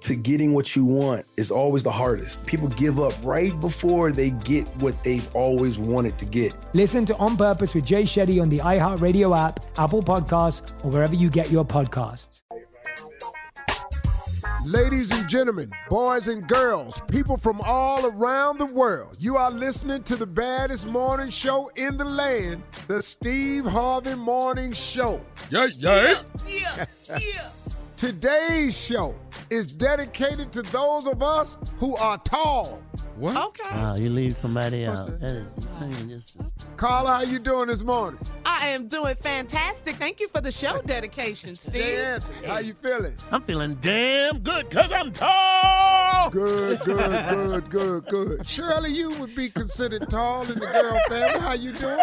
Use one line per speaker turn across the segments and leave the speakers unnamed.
to getting what you want is always the hardest. People give up right before they get what they've always wanted to get.
Listen to On Purpose with Jay Shetty on the iHeartRadio app, Apple Podcasts, or wherever you get your podcasts.
Ladies and gentlemen, boys and girls, people from all around the world, you are listening to the baddest morning show in the land, the Steve Harvey Morning Show.
Yeah, yeah.
Today's show is dedicated to those of us who are tall.
What?
Wow, you leave somebody out. That is, I mean, this is-
Carla, how you doing this morning?
I am doing fantastic. Thank you for the show dedication, Steve.
Jay Anthony, how you feeling?
I'm feeling damn good because I'm tall.
Good, good, good, good, good. Shirley, you would be considered tall in the girl family. How you doing?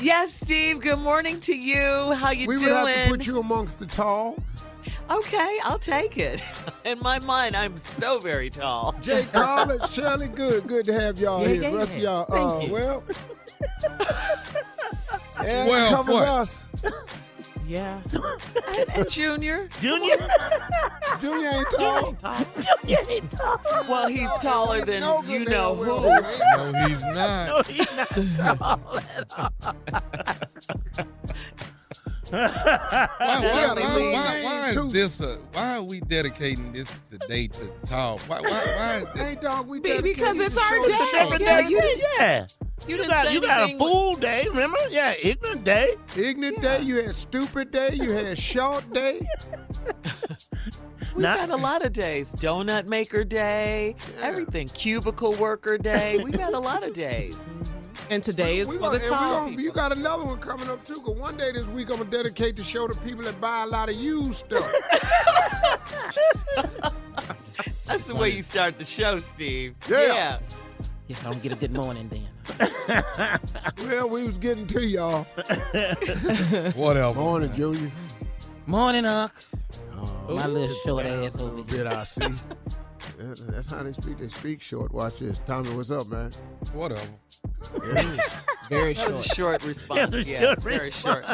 Yes, Steve. Good morning to you. How you
we
doing?
would have to put you amongst the tall.
okay, I'll take it. In my mind, I'm so very tall.
Jay Carla, Shirley, good, good to have y'all
Yeah,
here.
yeah,
Rest of
yeah.
y'all,
Thank
uh,
you.
well, and
Well,
covers
what?
us.
Yeah. Junior.
Junior,
Junior ain't tall.
Junior ain't tall.
Well, he's taller than
No good
you
they
know
will,
who.
right?
No, he's not.
He's not tall at all.
Why, why,
gotta
why,
leave
why,
me
why
too.
is this a, why are we dedicating this today to Tall? Why, why, why is this?
Hey, dog, we
Be- because
dedicated
it's
the
our
show to
Every
day.
Shirley.
Yeah,
day,
you
yeah, yeah.
You,
You
didn't
got,
say
you got a
anything.
fool day, remember? Yeah, ignorant day.
Ignorant day, you had stupid day, you had short day.
We
Nah.
got a lot of days. Donut maker day, everything. Cubicle worker day. We got a lot of days. And today
We gonna- and we gonna- you got another one coming up too. Cause one day this week I'm gonna dedicate the show to people that buy a lot of used stuff.
That's the way you start the show, Steve.
Yeah.
Yes, I don't get a good morning then.
well, we was getting to y'all.
Whatever.
Morning, Junior.
Morning, Unc.
Oh,
My little short ass over here.
bit I see. That- That's how they speak. They speak short. Watch this, Tommy. What's up, man?
Whatever.
Very
That was a short response.
was a
yeah,
short
very short.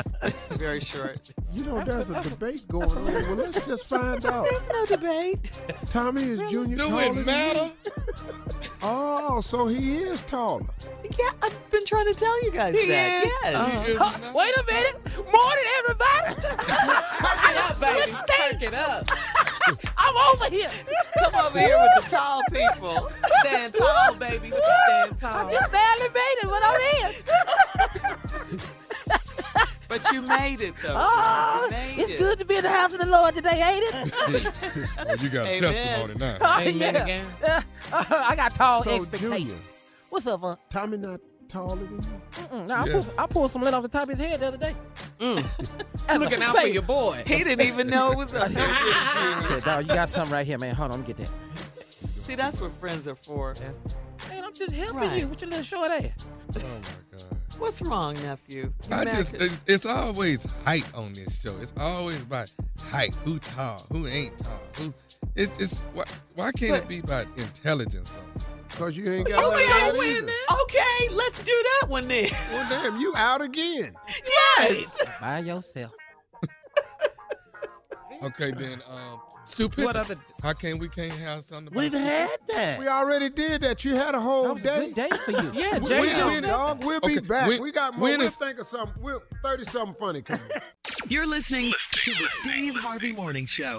very short.
You know, there's a debate going on. Well, let's just find out.
There's no debate.
Tommy is Junior
Do
taller
it
than you?
matter?
Oh, so he is taller.
Yeah, I've been trying to tell you guys that. Yes.
He is not.
Wait a minute. Morning, everybody.
it up.
I'm over here.
Come over here with the tall people. Stand tall, baby. Stand
I
tall.
just barely made it, but I'm in.
But you made it though.
Oh,
You made
it's
it.
good to be in the house of the Lord today, ain't it?
oh, you got
Amen.
a testimony now.
Oh,
Amen
yeah.
again.
I got tall
so
expectations.
Junior,
What's up, Unc?
Tommy not taller than you?
Mm-mm, no, I,
Yes.
pulled, I pulled some lint off the top of his head the other day. As a
Mm. Looking out for
favor.
your boy. He didn't even know it was up.
I said, dog, you got something right here, man. Hold on, let me get that.
See, that's what friends are for.
Man, I'm just helping
Right.
you with your little short ass.
Oh my God.
What's wrong, nephew? You
I
mad
just,
'cause-
it's, it's always height on this show. It's always about height. Who tall? Who ain't tall? Who? It, it's why, why can't
But-
it be about intelligence? Or,
Because you ain't got
Oh, we
like that
gonna win
either.
this? Okay, let's do that one then.
Well, damn, you out again.
Yes.
By yourself.
okay, then um, stupid.
What other?
How can we can't have something?
We've
about-
had that.
We already did that. You had a
that
whole
was a
day.
good day for you.
Yeah,
We-
Jay
When-
just
when-
said-
dog. We'll be
Okay,
back.
when-
we got more.
when
We'll
is-
think of something. We'll thirty something funny coming.
You're listening to the
Steve Harvey Morning Show.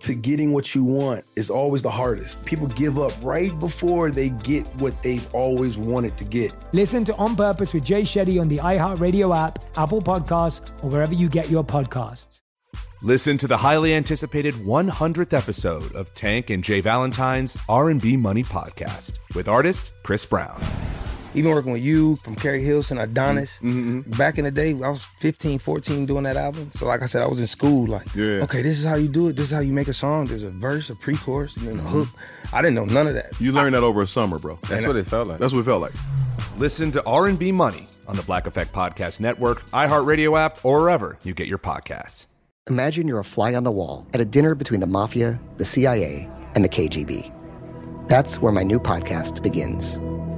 to getting what you want is always the hardest. People give up right before they get what they've always wanted to get.
Listen to On Purpose with Jay Shetty on the iHeartRadio app, Apple Podcasts, or wherever you get your podcasts.
Listen to the highly anticipated 100th episode of Tank and Jay Valentine's R&B Money podcast with artist Chris Brown.
Even working with you from Carrie Hilson, Adonis.
Mm-hmm,
Back in the day, I was 15, 14 doing that album. So like I said, I was in school like,
Yeah.
okay, this is how you do it. This is how you make a song. There's a verse, a pre-chorus, and then a hook. I didn't know none of that.
You learned that over a summer, bro. That's what it felt like. That's what it felt like. Listen to R&B Money on the Black Effect Podcast Network, iHeartRadio app, or wherever you get your podcasts.
Imagine you're a fly on the wall at a dinner between the mafia, the CIA, and the KGB. That's where my new podcast begins.